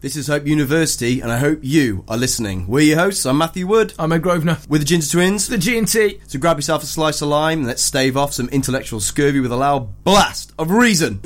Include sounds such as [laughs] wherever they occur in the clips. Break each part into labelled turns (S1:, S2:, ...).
S1: This is Hope University, and I hope you are listening. We're your hosts. I'm Matthew Wood.
S2: I'm Ed Grosvenor.
S1: We're the Ginger Twins.
S2: The G&T.
S1: So grab yourself a slice of lime and let's stave off some intellectual scurvy with a loud blast of reason.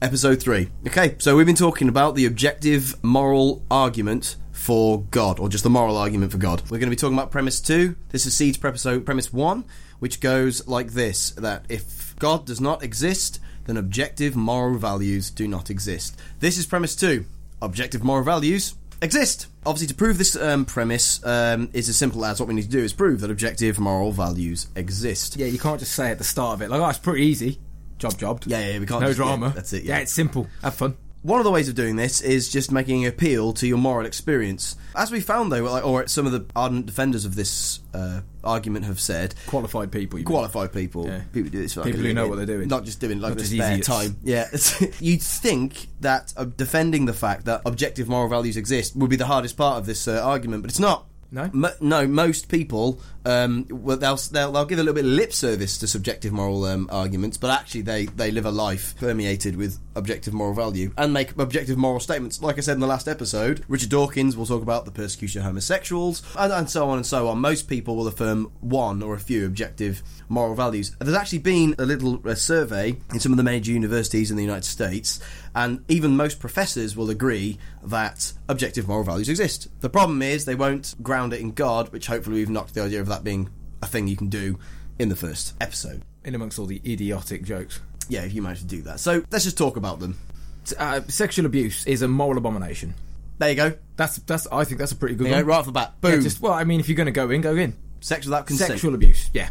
S1: Episode 3. Okay, so we've been talking about the objective moral argument for God, or just the moral argument for God. We're going to be talking about premise 2. This is Seed's premise, so premise 1, which goes like this that if God does not exist, then objective moral values do not exist. This is premise 2. Objective moral values exist. Obviously, to prove this um, premise um, is as simple as what we need to do is prove that objective moral values exist.
S2: Yeah, you can't just say at the start of it, like, oh, it's pretty easy. Job jobbed.
S1: Yeah, yeah, yeah, we can't
S2: No
S1: just- yeah,
S2: drama.
S1: that's it, yeah.
S2: it's simple. Have fun.
S1: One of the ways of doing this is just making an appeal to your moral experience. As we found, though, like, or some of the ardent defenders of this uh, argument have said,
S2: Qualified people. You
S1: qualified people,
S2: Yeah.
S1: people do this, for like
S2: People
S1: a
S2: who know
S1: living,
S2: what they're doing.
S1: not just doing it like
S2: Not
S1: their
S2: just
S1: spare
S2: idiots.
S1: time. Yeah, [laughs] you'd think that uh, defending the fact that objective moral values exist would be the hardest part of this uh, argument, but it's not.
S2: No?
S1: Mo- no. Most people, um, well, they'll, they'll they'll give a little bit of lip service to subjective moral um, arguments, but actually they they live a life permeated with objective moral value and make objective moral statements. Like I said in the last episode, Richard Dawkins will talk about the persecution of homosexuals and, and so on and so on. Most people will affirm one or a few objective moral values. There's actually been a little uh, survey in some of the major universities in the United States, and even most professors will agree that objective moral values exist. The problem is they won't ground it in God, which hopefully we've knocked the idea of that being a thing you can do in the first episode.
S2: In amongst all the idiotic jokes.
S1: Yeah, if you manage to do that. So let's just talk about them.
S2: S- Uh, sexual abuse is a moral abomination.
S1: There you go.
S2: That's, that's, I think that's a pretty good
S1: There you
S2: one.
S1: go, right off the bat.
S2: Yeah,
S1: Boom.
S2: just, well, I mean, if you're going to go in, go in.
S1: Sex without consent.
S2: Sexual abuse, yeah.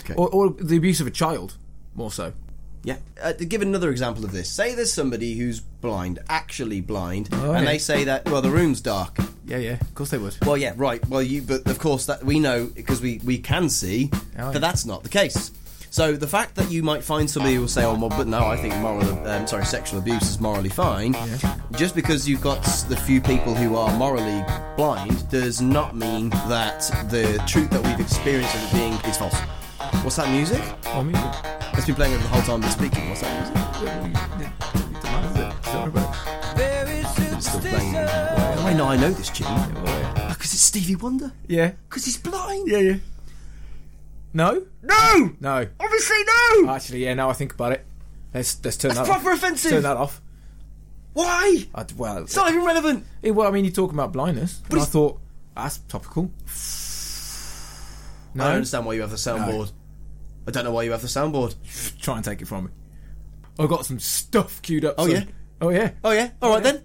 S1: Okay.
S2: Or, or the abuse of a child, more so.
S1: Yeah. Uh, to give another example of this, say there's somebody who's blind, actually blind,
S2: Oh,
S1: and
S2: yeah.
S1: they say that, well, the room's dark.
S2: Yeah, yeah, of course they would.
S1: Well, yeah, right. Well, you, but of course that we know because we we can see
S2: Oh,
S1: that
S2: yeah.
S1: that's not the case. So the fact that you might find somebody who will say, "Oh, well, but no, I think moral, um, sorry, sexual abuse is morally fine," just because you've got the few people who are morally blind does not mean that the truth that we've experienced as it being is false. What's that music?
S2: Oh, music.
S1: It's been playing over the whole time I've been speaking. What's that music? It's still playing. Why not? I know this tune because it's Stevie Wonder.
S2: Yeah.
S1: Because he's blind.
S2: Yeah, yeah. No?
S1: No,
S2: No.
S1: obviously no.
S2: Actually, yeah, now I think about it. Let's, let's turn
S1: That's
S2: that
S1: proper
S2: off.
S1: offensive.
S2: Turn that off.
S1: Why?
S2: I, well,
S1: It's not even relevant.
S2: eh, well, I mean, you're talking about blindness. But I
S1: it's-
S2: thought, that's topical.
S1: I don't
S2: No,
S1: understand why you have the soundboard. I don't know why you have the soundboard.
S2: try and take it from me. I've got some stuff queued up.
S1: Oh,
S2: son.
S1: yeah?
S2: Oh, yeah.
S1: Oh yeah. All right then.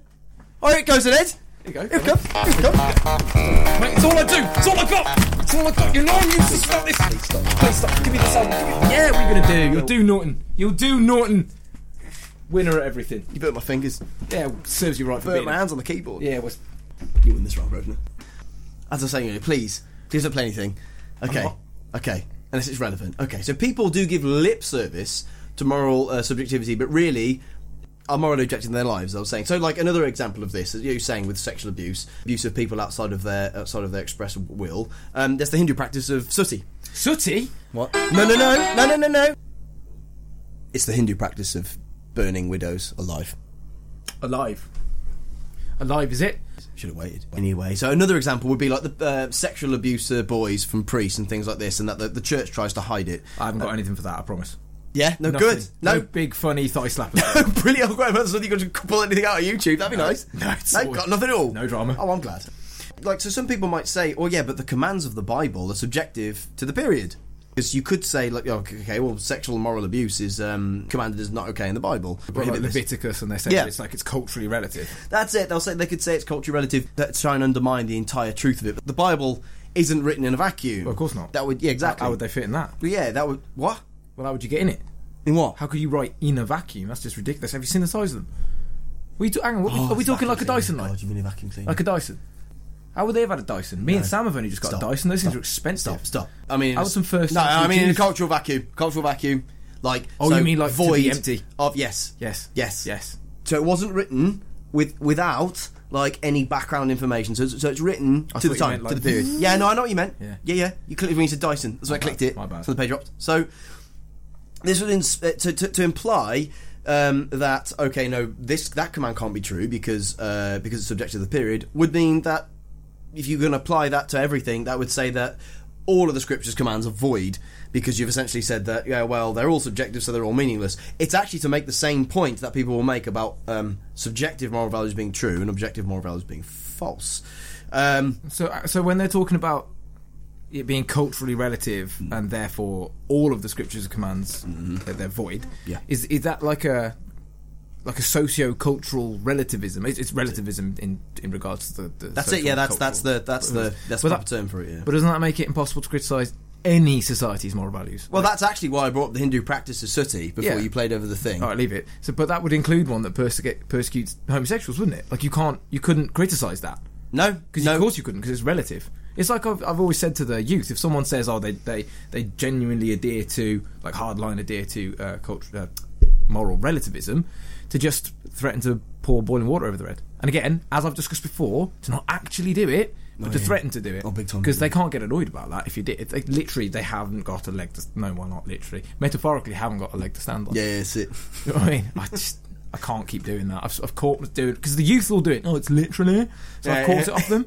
S1: Oh, here it goes, then, Ed.
S2: There you go.
S1: Here it comes. Here it comes.
S2: Mate, it's all I do. It's all I got. It's all I got. You know I'm useless about this. Please stop. Please stop. Give me the sound. Give me- Yeah, what are you gonna do? You'll do Norton. You'll do Norton. Winner at everything.
S1: You burnt my fingers.
S2: Yeah, serves you right for
S1: Burnt
S2: being.
S1: my hands on the keyboard.
S2: Yeah, was
S1: You win this round, Grosvenor. As I was saying earlier, please, please don't play anything. Okay.
S2: not.
S1: Okay. Unless it's relevant. Okay. So people do give lip service to moral uh, subjectivity, but really are morally objective in their lives. I was saying. So, like another example of this, as you were saying with sexual abuse, abuse of people outside of their outside of their express will. Um, there's the Hindu practice of sati.
S2: sooty.
S1: What? No, no, no, no, no, no, no. It's the Hindu practice of burning widows alive.
S2: Alive. Alive is it?
S1: Should have waited. Anyway, so another example would be like the uh, sexual abuse of boys from priests and things like this, and that the, the church tries to hide it.
S2: I haven't got anything for that. I promise.
S1: Yeah, no
S2: Nothing.
S1: good.
S2: No,
S1: No.
S2: big funny thigh slapper.
S1: Brilliant. I've got about something you can pull anything out of YouTube. That'd be [laughs] nice.
S2: [laughs] no, it's
S1: no,
S2: all-
S1: got nothing at all.
S2: No drama.
S1: Oh, I'm glad. Like, so some people might say, oh, yeah, but the commands of the Bible are subjective to the period. Because you could say, like, oh, okay, well, sexual and moral abuse is um, commanded as not okay in the Bible.
S2: Well,
S1: Prohibit
S2: like
S1: this.
S2: Leviticus, and they say
S1: Yeah.
S2: it's like it's culturally relative.
S1: That's it. They'll say they could say it's culture relative. That's try and undermine the entire truth of it. But the Bible isn't written in a vacuum.
S2: Well, of course not.
S1: That would yeah exactly.
S2: How would they fit in that?
S1: Well, yeah, that would what
S2: Well, how would you get in it?
S1: in what?
S2: How could you write in a vacuum? That's just ridiculous. Have you seen the size of them? We do- hang on, what,
S1: Oh,
S2: are we talking like a Dyson knife?
S1: you mean a vacuum cleaner?
S2: Like a Dyson? How would they have had a Dyson? Me and Sam have only just got
S1: Stop.
S2: a Dyson. Those things
S1: Stop.
S2: are expensive.
S1: stop, stop. I mean,
S2: I was some first
S1: No, I
S2: century
S1: mean in a
S2: Jews.
S1: cultural vacuum. Cultural vacuum. Like
S2: Oh,
S1: so
S2: you mean like to be
S1: void
S2: empty.
S1: of yes,
S2: Yes.
S1: yes,
S2: Yes.
S1: So it wasn't written with without like any background information. So, it's- so it's written
S2: I
S1: to the
S2: thought you
S1: time,
S2: meant,
S1: to
S2: like-
S1: the period. yeah, no, I know what you meant.
S2: Yeah.
S1: Yeah, yeah. You clicked me to Dyson. That's when I clicked
S2: bad,
S1: it.
S2: my bad.
S1: So the page dropped. So this would ins- uh, to, to, to imply um, that okay, no, this that command can't be true because uh, because it's subject to the period would mean that if you're going to apply that to everything, that would say that all of the scriptures commands are void because you've essentially said that yeah, well, they're all subjective, so they're all meaningless. It's actually to make the same point that people will make about um, subjective moral values being true and objective moral values being false. Um,
S2: So, uh, so when they're talking about it being culturally relative
S1: Mm.
S2: and therefore all of the scriptures and commands that they're void,
S1: Mm-hmm. Yeah.
S2: is is that like a like a socio-cultural relativism? It's, it's relativism in in regards to the. the
S1: that's it. Yeah, that's that's the that's the that's the
S2: But that-
S1: proper term for it. Yeah.
S2: But doesn't that make it impossible to criticise any society's moral values?
S1: well, that's actually why I brought up the Hindu practice of sati before
S2: Yeah.
S1: you played over the thing.
S2: All right, leave it. So, but that would include one that persecu- persecutes homosexuals, wouldn't it? Like you can't, you couldn't criticise that.
S1: No,
S2: Because
S1: no,
S2: of course you couldn't, because it's relative. It's like I've, I've always said to the youth: if someone says, "Oh, they they, they genuinely adhere to like hardline adhere to uh, culture, uh, moral relativism," to just threaten to pour boiling water over the head. And again, as I've discussed before, to not actually do it, but to
S1: yeah.
S2: threaten to do it,
S1: Oh, big time.
S2: because they can't get annoyed about that. If you did, they literally they haven't got a leg. to No, well, not literally, metaphorically, haven't got a leg to stand on.
S1: yeah, it's it. [laughs]
S2: You know what I mean? I just I can't keep doing that. I've, I've caught doing because the youth will do it. Oh, it's literally. So I've
S1: Yeah,
S2: caught
S1: yeah.
S2: it off
S1: [laughs]
S2: them.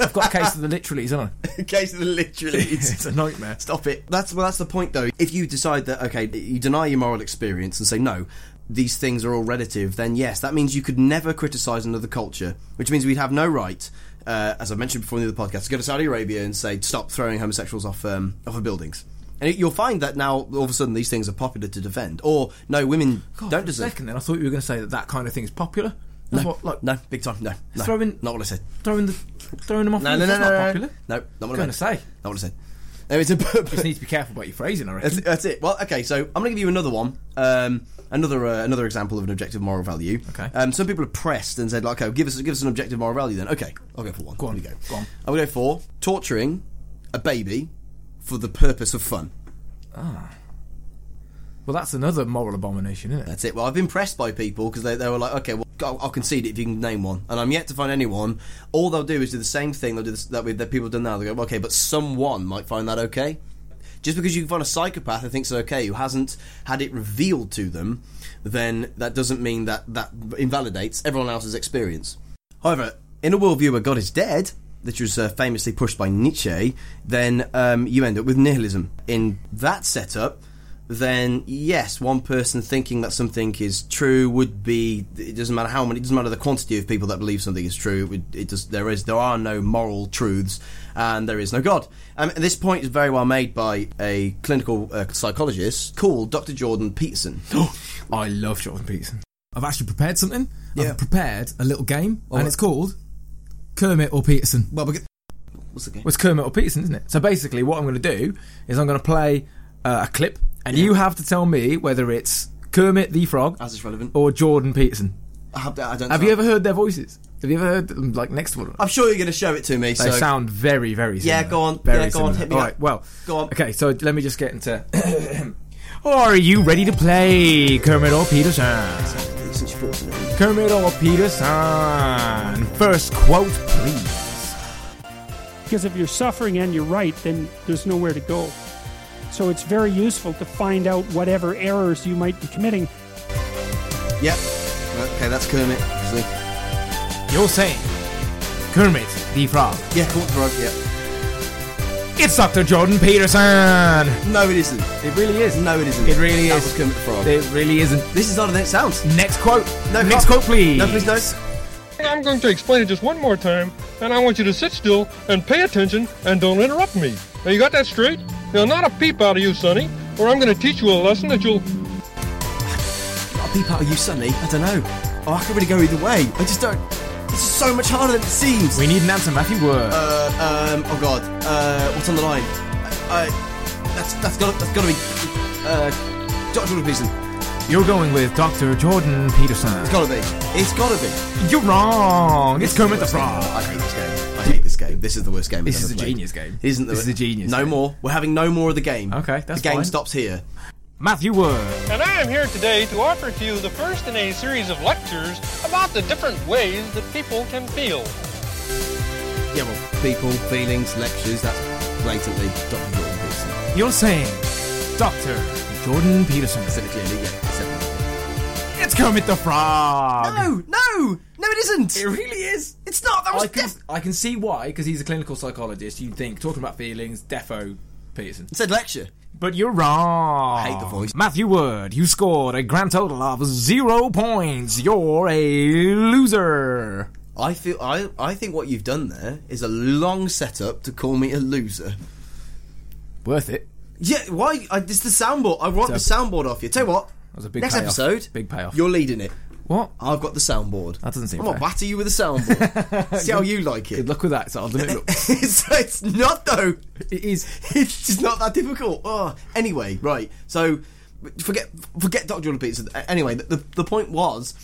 S2: I've got a case of the literallys, haven't I?
S1: In case of the
S2: [laughs]
S1: literally, [laughs] it's-
S2: It's a nightmare.
S1: Stop it. That's well. That's the point, though. If you decide that okay, you deny your moral experience and say no, these things are all relative, then yes, that means you could never criticize another culture, which means we'd have no right, uh, as I mentioned before in the other podcast, to go to Saudi Arabia and say stop throwing homosexuals off um, off of buildings. And you'll find that now all of a sudden these things are popular to defend, or no, women
S2: God, Oh, for
S1: don't
S2: a
S1: deserve.
S2: Second, then I thought you were going to say that that kind of thing is popular. That's
S1: No,
S2: what, like
S1: no, big time. No, no,
S2: Throwing-
S1: not what I said.
S2: throwing the throwing them off.
S1: No,
S2: the
S1: no, no,
S2: roof, that's
S1: no,
S2: not
S1: no,
S2: popular.
S1: no, not what I
S2: Gonna
S1: meant.
S2: say.
S1: not what I said. No, it's a [laughs]
S2: Just need to be careful about your phrasing. I reckon.
S1: That's, that's it. Well, okay. So I'm going to give you another one, um, another uh, another example of an objective moral value.
S2: Okay.
S1: Um, some people are pressed and said, like, "Oh, give us give us an objective moral value." Then, okay, I'll go for one.
S2: Go on,
S1: Here we go.
S2: go on.
S1: I'm going to go for torturing a baby for the purpose of fun.
S2: well, that's another moral abomination, isn't it?
S1: That's it. Well, I've been pressed by people because they, they were like, okay, well, I'll, I'll concede it if you can name one. And I'm yet to find anyone. All they'll do is do the same thing they'll do this, that, we, that people have done now. They go, okay, but someone might find that okay. Just because you can find a psychopath who thinks it's okay, who hasn't had it revealed to them, then that doesn't mean that that invalidates everyone else's experience. However, in a worldview where God is dead, which was uh, famously pushed by Nietzsche, then um, you end up with nihilism. In that setup, then yes, one person thinking that something is true would be. It doesn't matter how many. It doesn't matter the quantity of people that believe something is true. It, would- it does. There is. There are no moral truths, and there is no God. Um, and this point is very well made by a clinical uh, psychologist called Dr. Jordan Peterson. [gasps]
S2: I love Jordan Peterson. I've actually prepared something.
S1: Yeah.
S2: I've prepared a little game,
S1: right.
S2: and it's called Kermit or Peterson.
S1: well, because, what's the game?
S2: was Kermit or Peterson, isn't it? So basically, what I'm going to do is I'm going to play uh, a clip, and you have to tell me whether it's Kermit the Frog
S1: As it's relevant.
S2: or Jordan Peterson.
S1: I have, I don't.
S2: Have you ever heard their voices? Have you ever heard them like next to one? another?
S1: I'm sure you're going to show it to me.
S2: They
S1: so
S2: sound very, very similar.
S1: Yeah, go on.
S2: Very
S1: Yeah, go on,
S2: similar.
S1: hit me
S2: All
S1: up.
S2: right, well,
S1: Go on.
S2: Okay, so let me just get into. [coughs] Are you ready to play Kermit or Peterson?
S1: Since you brought it up.
S2: Kermit or Peterson? First quote, please.
S3: Because if you're suffering and you're right, then there's nowhere to go. So it's very useful to find out whatever errors you might be committing.
S1: Yep. Okay, that's Kermit. obviously.
S2: You're saying Kermit the Frog.
S1: Yeah, Court Drug, yeah.
S2: It's Dr. Jordan Peterson.
S1: No, it isn't.
S2: It really is.
S1: No, it isn't.
S2: It really
S1: That
S2: is.
S1: was Kermit the Frog.
S2: It really isn't.
S1: This is harder than it sounds.
S2: Next quote.
S1: No,
S2: Next
S1: can't-
S2: quote, please.
S1: No, please, no.
S4: I'm going to explain it just one more time, and I want you to sit still and pay attention and don't interrupt me. Now, you got that straight? Now, not a peep out of you, Sonny, or I'm going to teach you a lesson that you'll
S1: I'll peep out of you suddenly. I don't know. Oh, I could really go either way. I just don't. This is so much harder than it seems.
S2: We need an answer, Matthew. Word.
S1: Uh, um, oh god. Uh, what's on the line? I, I that's that's got that's got to be uh, Dr. Jordan Peterson.
S2: You're going with Dr. Jordan Peterson.
S1: It's got to be. It's got to be.
S2: You're wrong. It's Kermit the Frog.
S1: I hate this game. I hate this game. This is the worst game.
S2: This
S1: I've
S2: is
S1: ever
S2: a
S1: played.
S2: genius game.
S1: Isn't the
S2: This is a genius
S1: No
S2: game.
S1: more. We're having no more of the game.
S2: Okay, that's
S1: the game
S2: fine.
S1: stops here.
S2: Matthew Word.
S4: and I am here today to offer to you the first in a series of lectures about the different ways that people can feel.
S1: Yeah, well, people, feelings, lectures, that's blatantly Dr. Jordan Peterson.
S2: You're saying, Doctor Jordan Peterson.
S1: Said it clearly, yeah. I said it.
S2: It's Kermit the Frog.
S1: No, no, no, it isn't.
S2: It really is.
S1: It's not. That was
S2: I can,
S1: def-
S2: I can see why, because he's a clinical psychologist. You'd think talking about feelings, defo Peterson.
S1: It said lecture.
S2: But you're wrong.
S1: hate the voice.
S2: Matthew Wood, you scored a grand total of zero points. You're a loser.
S1: I feel. I. I think what you've done there is a long setup to call me a loser.
S2: Worth it.
S1: Yeah. Why? I, it's the soundboard. I want the
S2: So-
S1: soundboard off you. Tell you what.
S2: was a big
S1: next
S2: payoff.
S1: episode.
S2: Big payoff.
S1: You're leading it.
S2: What?
S1: I've got the soundboard.
S2: That doesn't seem
S1: I'm gonna
S2: fair.
S1: batter you with a soundboard.
S2: [laughs]
S1: See how you like
S2: Good
S1: it.
S2: luck with that. So I'll do it. Look,
S1: it's, it's not though.
S2: it is.
S1: [laughs] It's just not that difficult. Oh, anyway, right. So forget forget Dr. Jordan Peterson. A- Anyway, the, the, the point was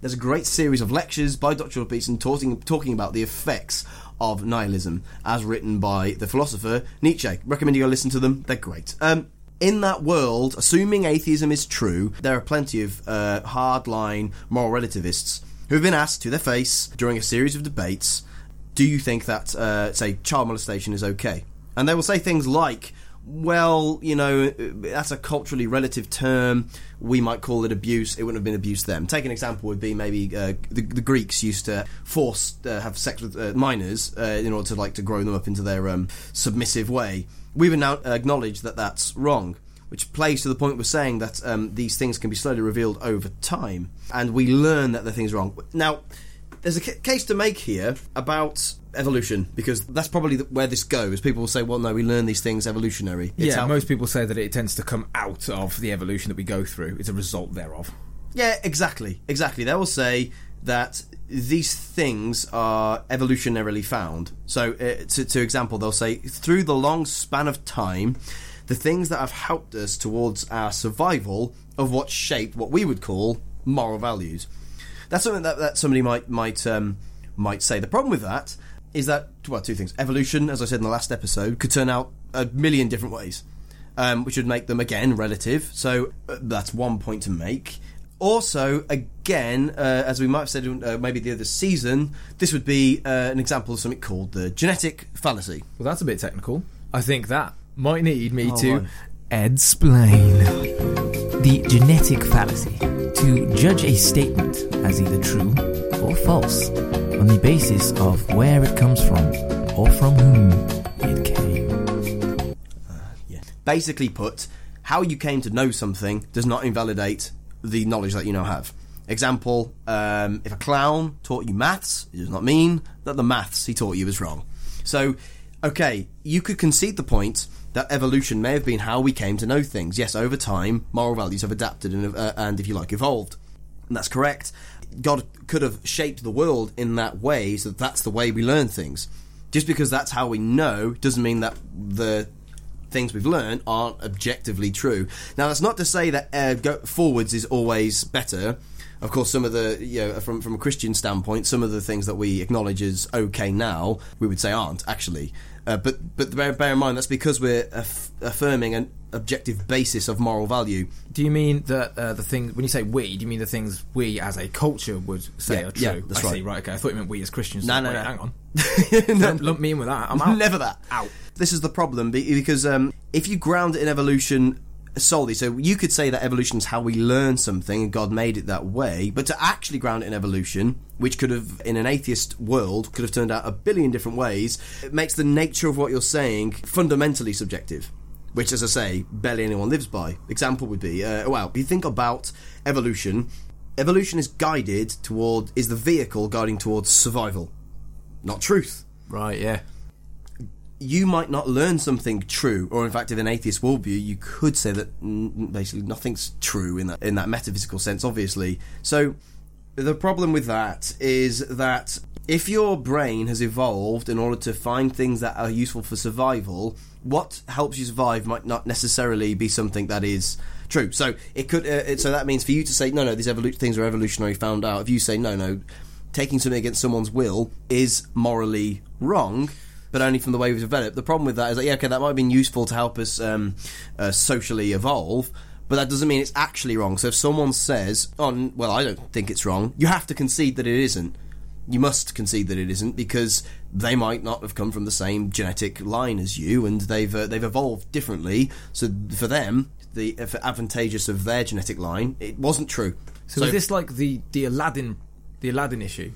S1: there's a great series of lectures by Dr. Jordan Peterson talking talking about the effects of nihilism as written by the philosopher Nietzsche. Recommend you go listen to them. They're great. Um in that world, assuming atheism is true, there are plenty of uh, hardline moral relativists who've been asked to their face during a series of debates do you think that, uh, say, child molestation is okay? And they will say things like, well, you know, that's a culturally relative term. We might call it abuse. It wouldn't have been abuse then. Take an example would be maybe uh, the, the Greeks used to force uh, have sex with uh, minors uh, in order to like to grow them up into their um, submissive way. We would now acknowledge that that's wrong which plays to the point we're saying that um, these things can be slowly revealed over time, and we learn that the thing's wrong. Now, there's a ca- case to make here about evolution because that's probably the, where this goes. People will say, "Well, no, we learn these things evolutionary." [laughs] It's
S2: yeah,
S1: how-
S2: most people say that it tends to come out of the evolution that we go through. It's a result thereof.
S1: Yeah, exactly, exactly. They will say that these things are evolutionarily found. So, uh, to, to example, they'll say through the long span of time, the things that have helped us towards our survival of what shaped what we would call moral values. That's something that, that somebody might might um, might say. The problem with that is that well, two things. Evolution, as I said in the last episode, could turn out a million different ways, um, which would make them again relative. So uh, that's one point to make. Also, again, uh, as we might have said in, uh, maybe the other season, this would be uh, an example of something called the genetic fallacy.
S2: Well, that's a bit technical. I think that might need me to
S1: on.
S2: Ed splain.
S5: The genetic fallacy. To judge a statement as either true or false on the basis of where it comes from or from whom it came.
S1: Yeah. Basically put, how you came to know something does not invalidate the knowledge that you now have. Example, um, if a clown taught you maths, it does not mean that the maths he taught you is wrong. So, okay, you could concede the point that evolution may have been how we came to know things. Yes, over time, moral values have adapted and, uh, and if you like, evolved. And that's correct. God could have shaped the world in that way, so that's the way we learn things. Just because that's how we know doesn't mean that the things we've learned aren't objectively true. Now, that's not to say that uh, go forwards is always better. Of course, some of the you know from from a Christian standpoint, some of the things that we acknowledge as okay now, we would say aren't actually. Uh, but but bear, bear in mind that's because we're aff- affirming an objective basis of moral value.
S2: Do you mean that uh, the things when you say we? Do you mean the things we as a culture would say
S1: Yeah,
S2: are true?
S1: yeah, that's
S2: I
S1: right.
S2: See, right. Okay. I thought you meant we as Christians.
S1: No,
S2: Wait,
S1: no, no.
S2: Hang on.
S1: [laughs] No.
S2: Don't lump me in
S1: [laughs]
S2: with that. I'm out.
S1: Never that.
S2: Out.
S1: This is the problem be- because um, if you ground it in evolution solely, so you could say that evolution is how we learn something and God made it that way, but to actually ground it in evolution, which could have, in an atheist world, could have turned out a billion different ways, it makes the nature of what you're saying fundamentally subjective. Which, as I say, barely anyone lives by. Example would be, uh, well, if you think about evolution, evolution is guided toward, is the vehicle guiding towards survival, not truth
S2: Right. Yeah.
S1: you might not learn something true, or in fact, in an atheist worldview, you could say that mm, basically nothing's true in that in that metaphysical sense. Obviously, so the problem with that is that if your brain has evolved in order to find things that are useful for survival, what helps you survive might not necessarily be something that is true. So it could. Uh, it, so that means for you to say no, no, these evolu- things are evolutionary found out. If you say no, no, taking something against someone's will is morally wrong but only from the way we've developed. The problem with that is that, yeah, okay, that might have been useful to help us um, uh, socially evolve, but that doesn't mean it's actually wrong. So if someone says, "Oh, n- well, I don't think it's wrong," you have to concede that it isn't. You must concede that it isn't because they might not have come from the same genetic line as you, and they've uh, they've evolved differently. So for them, the if advantageous of their genetic line, it wasn't true.
S2: So, is this like the the Aladdin the Aladdin issue?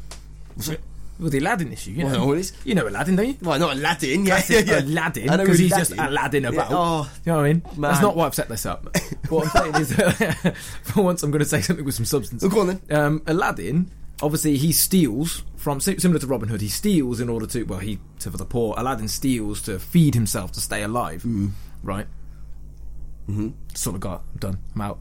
S2: Well, the Aladdin issue. You know,
S1: Well, it is.
S2: you know Aladdin, don't you?
S1: Well, not Aladdin. Yeah, yeah,
S2: Classic
S1: [laughs] yeah.
S2: Aladdin
S1: I know
S2: because
S1: who
S2: he's just Aladdin
S1: Yeah,
S2: about.
S1: Oh,
S2: you know what I mean? That's
S1: man.
S2: not why I've set this up.
S1: [laughs]
S2: what I'm saying is, [laughs] that for once, I'm going to say something with some substance.
S1: Oh, go on then.
S2: Um, Aladdin, obviously, he steals from si- similar to Robin Hood. He steals in order to well, he to for the poor. Aladdin steals to feed himself to stay alive. Right. Mm-hmm. Sort of got. I'm done. I'm out.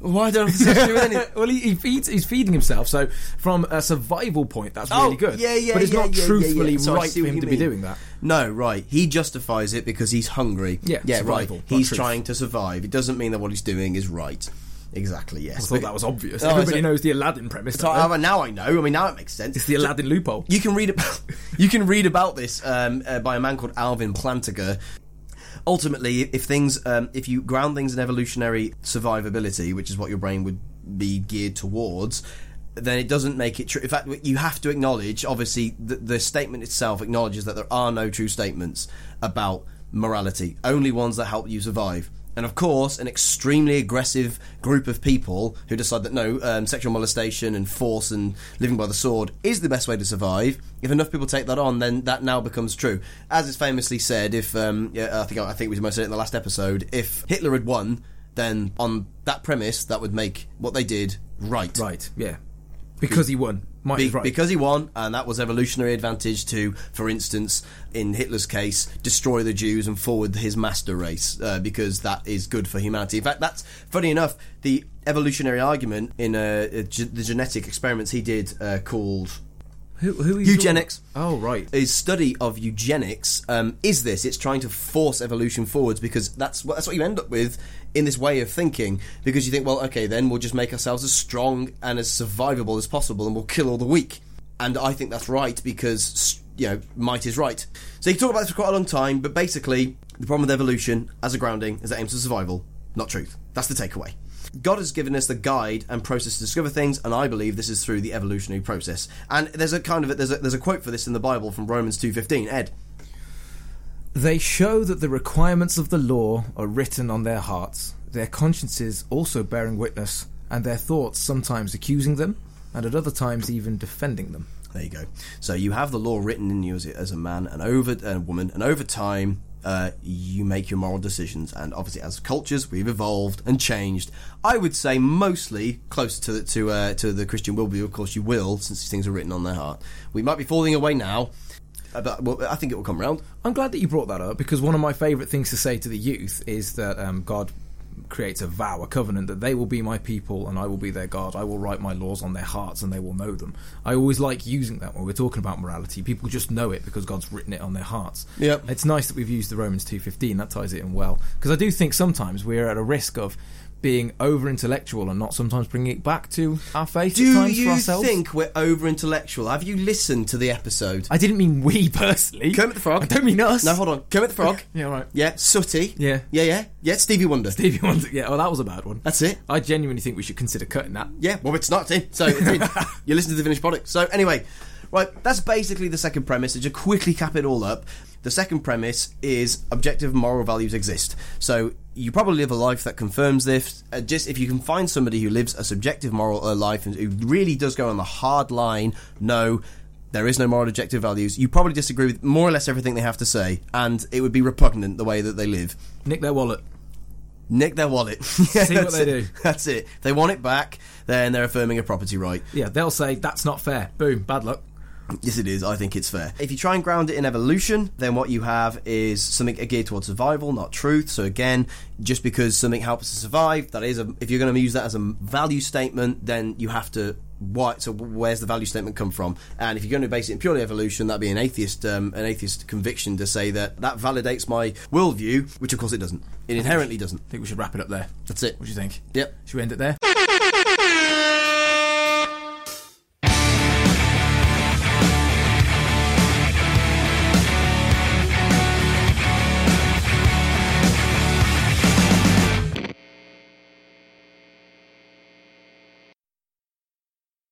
S1: Mm-hmm. why don't I have to do with anything?
S2: [laughs] well, he, he feeds. He's feeding himself. So, from a survival point, that's
S1: Oh,
S2: really good.
S1: yeah, yeah,
S2: But it's
S1: yeah,
S2: not
S1: yeah, yeah,
S2: truthfully
S1: yeah. So I
S2: right
S1: see
S2: for
S1: what
S2: him
S1: you
S2: to be
S1: mean.
S2: doing that.
S1: No, right. He justifies it because he's hungry.
S2: Yeah,
S1: yeah,
S2: survival,
S1: right.
S2: not
S1: He's
S2: truth.
S1: trying to survive. It doesn't mean that what he's doing is right. Exactly. Yes.
S2: I thought that was obvious.
S1: Oh,
S2: Everybody
S1: so-
S2: knows the Aladdin premise.
S1: So,
S2: don't they?
S1: uh, now I know. I mean, now it makes sense.
S2: It's the Aladdin loophole.
S1: you can read about [laughs] you can read about this um, uh, by a man called Alvin Plantiga. Ultimately, if things um, if you ground things in evolutionary survivability, which is what your brain would be geared towards, then it doesn't make it true. In fact, you have to acknowledge. Obviously, the, the statement itself acknowledges that there are no true statements about morality. Only ones that help you survive. And of course, an extremely aggressive group of people who decide that no, um, sexual molestation and force and living by the sword is the best way to survive. If enough people take that on, then that now becomes true. As is famously said, if um, yeah, I think I think we mentioned it in the last episode, if Hitler had won, then on that premise, that would make what they did right.
S2: Right. Yeah. Because he won. Mike
S1: Be-
S2: is right.
S1: Because he won, and that was evolutionary advantage to, for instance, in Hitler's case, destroy the Jews and forward his master race, uh, because that is good for humanity. In fact, that's funny enough. The evolutionary argument in uh, uh, ge- the genetic experiments he did uh, called
S2: who, who are you
S1: Eugenics.
S2: talking- Oh right.
S1: his study of eugenics um, is this. It's trying to force evolution forwards because that's what, that's what you end up with in this way of thinking. Because you think, well, okay, then we'll just make ourselves as strong and as survivable as possible, and we'll kill all the weak. And I think that's right because you know might is right. So you can talk about this for quite a long time, but basically the problem with evolution as a grounding is that it aims for survival, not truth. That's the takeaway. God has given us the guide and process to discover things, and I believe this is through the evolutionary process. And there's a kind of a, there's a there's a quote for this in the Bible from Romans two fifteen. Ed,
S2: They show that the requirements of the law are written on their hearts, their consciences also bearing witness, and their thoughts sometimes accusing them, and at other times even defending them.
S1: there you go. So you have the law written in you as, as a man and over and a woman, and over time. Uh, you make your moral decisions, and obviously, as cultures, we've evolved and changed. I would say mostly close to the, to uh, to the Christian worldview. Of course, you will, since these things are written on their heart. We might be falling away now, uh, but well, I think it will come round.
S2: I'm glad that you brought that up because one of my favourite things to say to the youth is that um, God creates a vow, a covenant that they will be my people and I will be their God. I will write my laws on their hearts and they will know them. I always like using that when we're talking about morality. People just know it because God's written it on their hearts.
S1: Yep.
S2: It's nice that we've used the Romans 2:15. That ties it in well because I do think sometimes we're at a risk of being over intellectual and not sometimes bringing it back to our faith at
S1: Do
S2: times for
S1: you
S2: ourselves.
S1: think we're over intellectual? Have you listened to the episode?
S2: I didn't mean we [laughs] personally.
S1: Kermit the Frog.
S2: I don't mean us.
S1: No, hold on. Kermit the Frog.
S2: [laughs] Yeah, right.
S1: Yeah, Sooty.
S2: Yeah.
S1: Yeah, yeah. Yeah, Stevie Wonder.
S2: [laughs] If you want to, yeah, oh, that was a bad one.
S1: That's it.
S2: I genuinely think we should consider cutting that.
S1: Yeah, well, it's not it's in. So it's
S2: [laughs]
S1: in. you listen to the finished product. So anyway, right, that's basically the second premise. To just quickly cap it all up, the second premise is objective moral values exist. So you probably live a life that confirms this. Uh, just if you can find somebody who lives a subjective moral uh, life and who really does go on the hard line, no. There is no moral objective values. You probably disagree with more or less everything they have to say, and it would be repugnant the way that they live.
S2: Nick their wallet.
S1: nick their wallet. yeah,
S2: See
S1: [laughs]
S2: what
S1: that's
S2: they
S1: it.
S2: do.
S1: That's it. If they want it back, then they're affirming a property right.
S2: Yeah, they'll say that's not fair. Boom, bad luck.
S1: Yes, it is. I think it's fair. If you try and ground it in evolution, then what you have is something geared towards survival, not truth. So again, just because something helps us survive, that is, a, if you're going to use that as a value statement, then you have to. Why, so where's the value statement come from? And if you're going to base it in purely evolution, that'd be an atheist, um, an atheist conviction to say that that validates my worldview, which of course it doesn't. It inherently doesn't.
S2: I think we should wrap it up there.
S1: That's it.
S2: What do you think?
S1: Yep.
S2: Should we end it there?